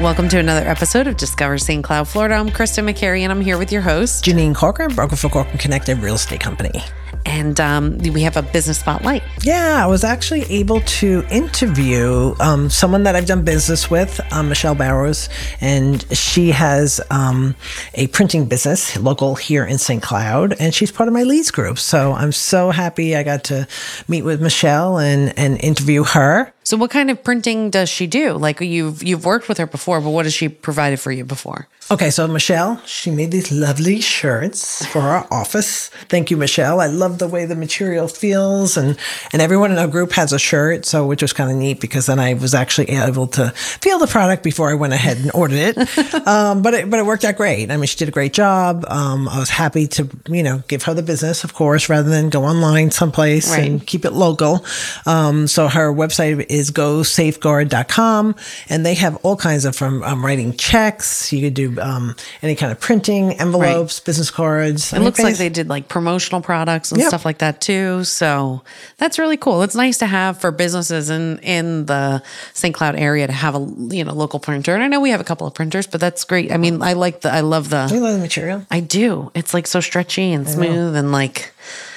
Welcome to another episode of Discover St. Cloud, Florida. I'm Kristen McCary, and I'm here with your host. Janine Corcoran, broker for Corcoran Connected Real Estate Company. And um, we have a business spotlight. Yeah, I was actually able to interview um, someone that I've done business with, um, Michelle Barrows, and she has um, a printing business local here in St. Cloud, and she's part of my leads group. So I'm so happy I got to meet with Michelle and, and interview her. So, what kind of printing does she do? Like you've you've worked with her before, but what has she provided for you before? Okay, so Michelle, she made these lovely shirts for our office. Thank you, Michelle. I love the way the material feels, and and everyone in our group has a shirt, so which was kind of neat because then I was actually able to feel the product before I went ahead and ordered it. um, but it but it worked out great. I mean, she did a great job. Um, I was happy to you know give her the business, of course, rather than go online someplace Right. and keep it local. Um, so her website is gosafeguard.com and they have all kinds of from um, writing checks. You could do um, any kind of printing, envelopes, business cards. It looks like they did like promotional products and Yep. stuff like that too. So that's really cool. It's nice to have for businesses in in the St. Cloud area to have a you know local printer. And I know we have a couple of printers, but that's great. I mean, I like the I love I the love the material. I do. It's like so stretchy and smooth and like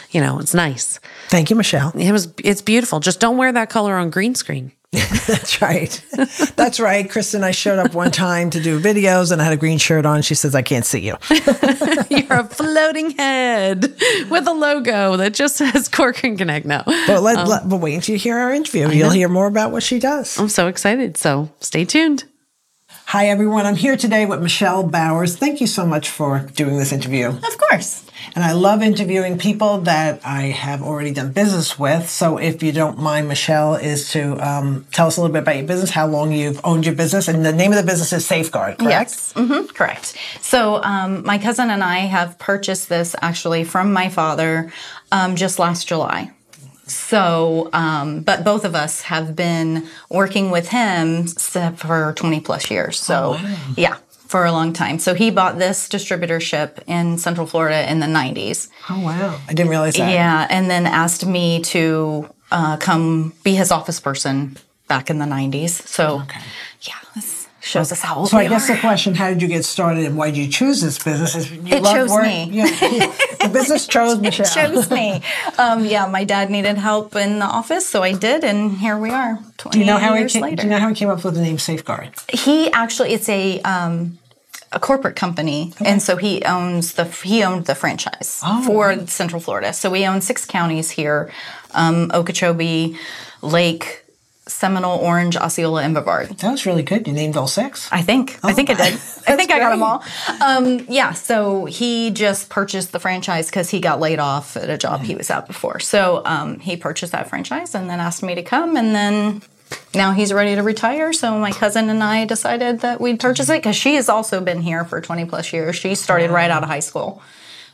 you know it's nice. Thank you, Michelle. It was it's beautiful. Just don't wear that color on green screen. That's right. That's right. Kristen, I showed up one time to do videos and I had a green shirt on. She says, I can't see you. You're a floating head with a logo that just says Cork and Connect. No, But, Oh. let, let- but wait until you hear our interview. You'll hear more about what she does. I'm so excited. So stay tuned. Hi, everyone. I'm here today with Michelle Bowers. Thank you so much for doing this interview. Of course. And I love interviewing people that I have already done business with. So if you don't mind, Michelle, is to um, tell us a little bit about your business, how long you've owned your business, and the name of the business is Safeguard, correct? Yes. hmm correct. So, um, my cousin and I have purchased this actually from my father um, just last July. So, um, but both of us have been working with him s- for 20 plus years. So, Oh, yeah, for a long time. So, he bought this distributorship in Central Florida in the 90s. Oh wow! I didn't realize that. Yeah, and then asked me to uh, come be his office person back in the 90s. So, yeah, this shows us how old So we I guess are. the question: How did you get started, and why did you choose this business? Is you It chose me. Yeah, the business chose Michelle. chose me. Um, yeah, my dad needed help in the office, so I did, and here we are. Twenty Do you know how it years came, later, Do you know how it came up with the name Safeguard? he actually it's a um, a corporate company, and so he owns the he owned the franchise Oh, for Central Florida. So we own six counties here: um, Okeechobee, Lake, Seminole, Orange, Osceola, and Brevard. That was really good. You named all six. I think. I think I did. I think I got them Oh great. all. Um, yeah. So he just purchased the franchise because he got laid off at a job he was at before. So um, he purchased that franchise and then asked me to come. And then now he's ready to retire. So my cousin and I decided that we'd purchase it because she has also been here for 20 plus years. She started right out of high school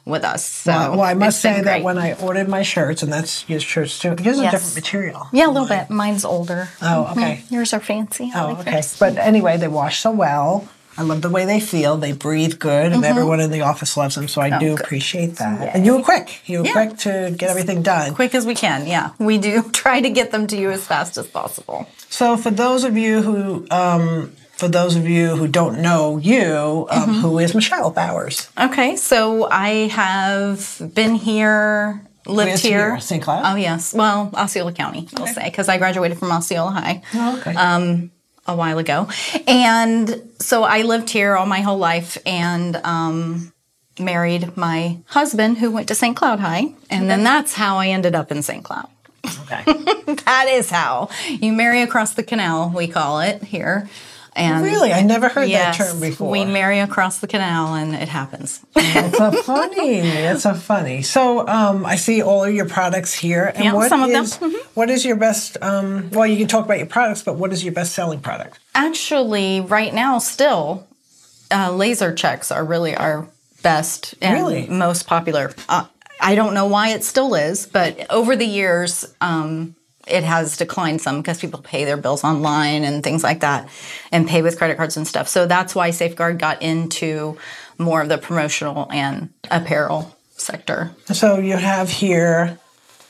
with us. So well, I must it's been say that great. when I ordered my shirts, and that's your shirts too, yours are Yes. different material. yeah, a little bit. Mm-hmm. Mine's older. Oh, okay. Yours are fancy. I Oh, like okay. yours. But anyway, they wash so well. I love the way they feel. They breathe good, and everyone in the office loves them. So I do Mm-hmm. good. appreciate that. And you were quick. You were Yeah. quick to get everything done. Quick as we can. Yeah, we do try to get them to you as fast as possible. So for those of you who, um, for those of you who don't know you, um, Mm-hmm. who is Michelle Bowers? Okay, so I have been here, lived Where's here. here? St. Cloud? Oh yes, well Osceola County, I'll say, because I graduated from Osceola High Oh, okay. um, a while ago, and so I lived here all my whole life, and um, married my husband who went to St. Cloud High, and then that's how I ended up in St. Cloud. okay. That is how you marry across the canal, we call it here. And really, I never heard Yes, that term before. we marry across the canal, and it happens. That's so funny. That's so funny. So um, I see all of your products here. And Yeah, what some of them. Mm-hmm. is- what is your best? Um, well, you can talk about your products, but what is your best selling product? actually right now still uh, laser checks are really our best and Really? most popular uh, i don't know why it still is but over the years um, it has declined some because people pay their bills online and things like that and pay with credit cards and stuff so that's why safeguard got into more of the promotional and apparel sector So you have here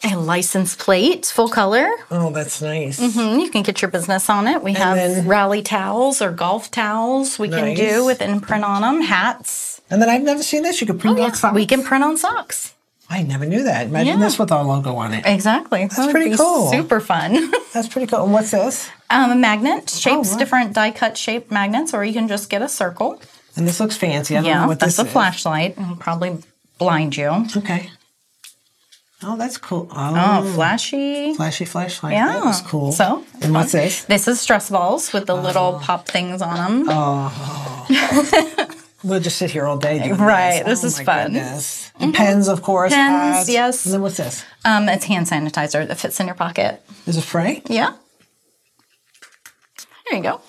a license plate, full color. Oh, that's nice. Mm, You can get your business on it. We have then- rally towels or golf towels we can Nice. do with and print on them, hats. And then I've never seen this. You could print out socks. Oh, We can print on socks. I never knew that. Imagine Yeah. this with our logo on it. Exactly. That's pretty cool. Super fun. That's pretty cool. And what's this? um, a magnet shapes, Oh, wow. different die cut shaped magnets, or you can just get a circle. And this looks fancy. I don't know Yeah, what that's this a is. flashlight. It'll probably blind you. Okay. Oh, that's cool. Oh, Oh, flashy. flashy flashlight. Yeah. That was cool. So, and what's this? This is stress balls with the Oh. little pop things on them. We'll just sit here all day. Doing Right, This, this Oh, my is fun. goodness. Mm-hmm. And pens, of course. Pens, hats. yes. And then what's this? Um, it's hand sanitizer that fits in your pocket. Is it spray? Yeah. There you go.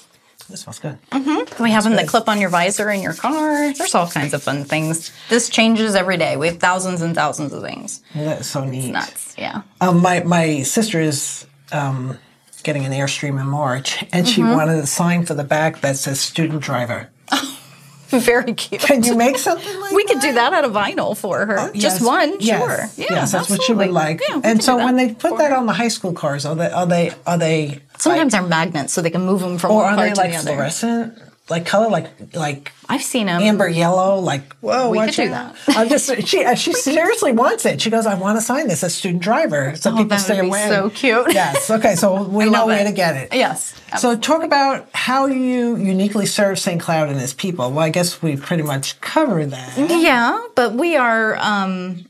This smells good. Mm-hmm. We have them that clip on your visor in your car. There's all kinds of fun things. This changes every day. We have thousands and thousands of things. Well, that's so neat. Nuts. Yeah. Um, my my sister is um, getting an Airstream in March, and Mm-hmm. she wanted a sign for the back that says student driver. Very cute. Can you make something like We could do that out of vinyl for her. Yes. Just one, Yes. sure. Yeah, yes, that's what she absolutely. would like. Yeah, we can and so do that when they put for that her. on the high school cars, are they are they are they sometimes they're magnets, so they can move them from or one are car they to like the other. fluorescent, like color, like like I've seen them. amber yellow, like whoa? We could watch do out. I'm just she uh, she seriously wants it. She goes, I want to sign this as student driver, so Oh, people that stay would be away. so cute. Yes. Okay. So we know love where it. to get it. Yes. So talk about how you uniquely serve St. Cloud and its people. Well, I guess we pretty much covered Mm-hmm. that. Yeah, but we are um,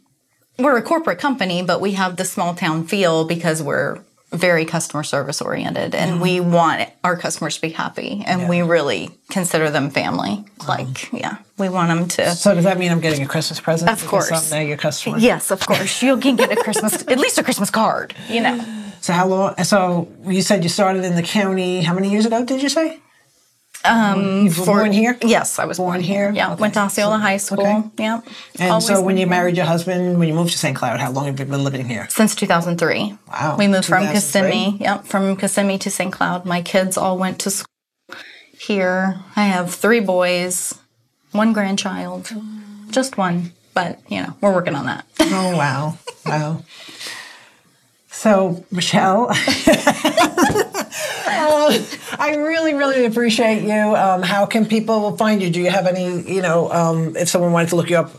we're a corporate company, but we have the small town feel because we're very customer service oriented, and we Mm-hmm. want our customers to be happy, and we really consider them family. Like, yeah, we want them to. So does that mean I'm getting a Christmas present? Of Because course. I'm now your customer. Yes, of course, you can get a Christmas, at least a Christmas card. You know, So how long? So you said you started in the county. How many years ago did you say? Um, you were born here. Yes, I was Born born, here? Yeah, Okay. went to Osceola High School. okay. Yeah, And so Always when you married your husband, when you moved to St. Cloud, how long have you been living here? since 2003. Wow, We moved from 2003? Kissimmee. Yep, from Kissimmee to St. Cloud. My kids all went to school here. I have three boys, one grandchild, just one. But you know, we're working on that. Oh wow, wow. So Michelle, um, I really, really appreciate you. Um, how can people find you? Do you have any? You know, um, if someone wanted to look you up,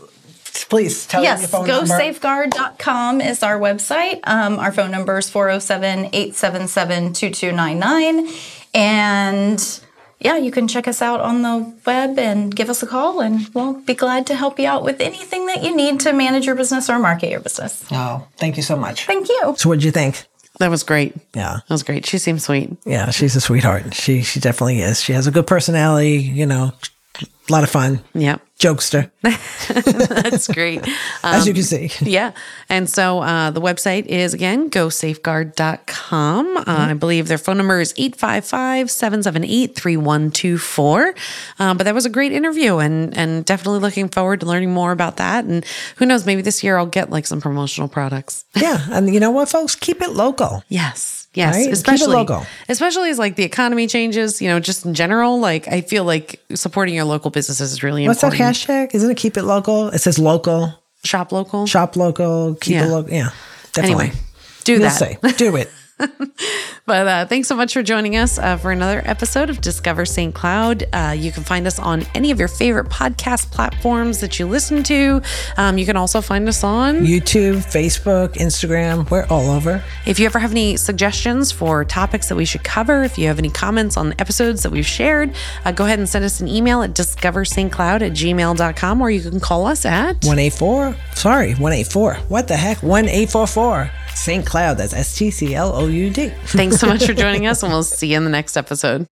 please tell yes, them your phone number. gosafeguard.com is our website. Um, our phone number is 407 877 2299. And yeah, you can check us out on the web and give us a call, and we'll be glad to help you out with anything that you need to manage your business or market your business. Oh, thank you so much. Thank you. So, what do you think? That was great. Yeah. That was great. She seems sweet. Yeah, she's a sweetheart. She she definitely is. She has a good personality. You know, a lot of fun, Yep. jokester, That's great. as you can see. Yeah. And so uh, the website is again gosafeguard.com. Uh, I Mm-hmm. believe their phone number is 855 778 3124. Uh, But that was a great interview and, and definitely looking forward to learning more about that. And who knows, maybe this year I'll get like some promotional products. Yeah, and you know what, folks, keep it local. Yes. Yes. Right? Keep it Especially, local. especially as like the economy changes, you know, just in general, like I feel like supporting your local businesses is really What's that important. hashtag? Isn't it keep it local? It says local. Shop local. shop local, keep Yeah. it local. Yeah, definitely. Anyway, do You'll that. say, do it. But uh, thanks so much for joining us uh, for another episode of Discover St. Cloud. Uh, you can find us on any of your favorite podcast platforms that you listen to. Um, you can also find us on. YouTube, Facebook, Instagram, we're all over. If you ever have any suggestions for topics that we should cover, if you have any comments on episodes that we've shared, uh, go ahead and send us an email at discoverstcloud at gmail.com or you can call us at. 184, sorry, 184. What the heck? 1844. St. Cloud, that's S T C L O U D. Thanks so much for joining us, and we'll see you in the next episode.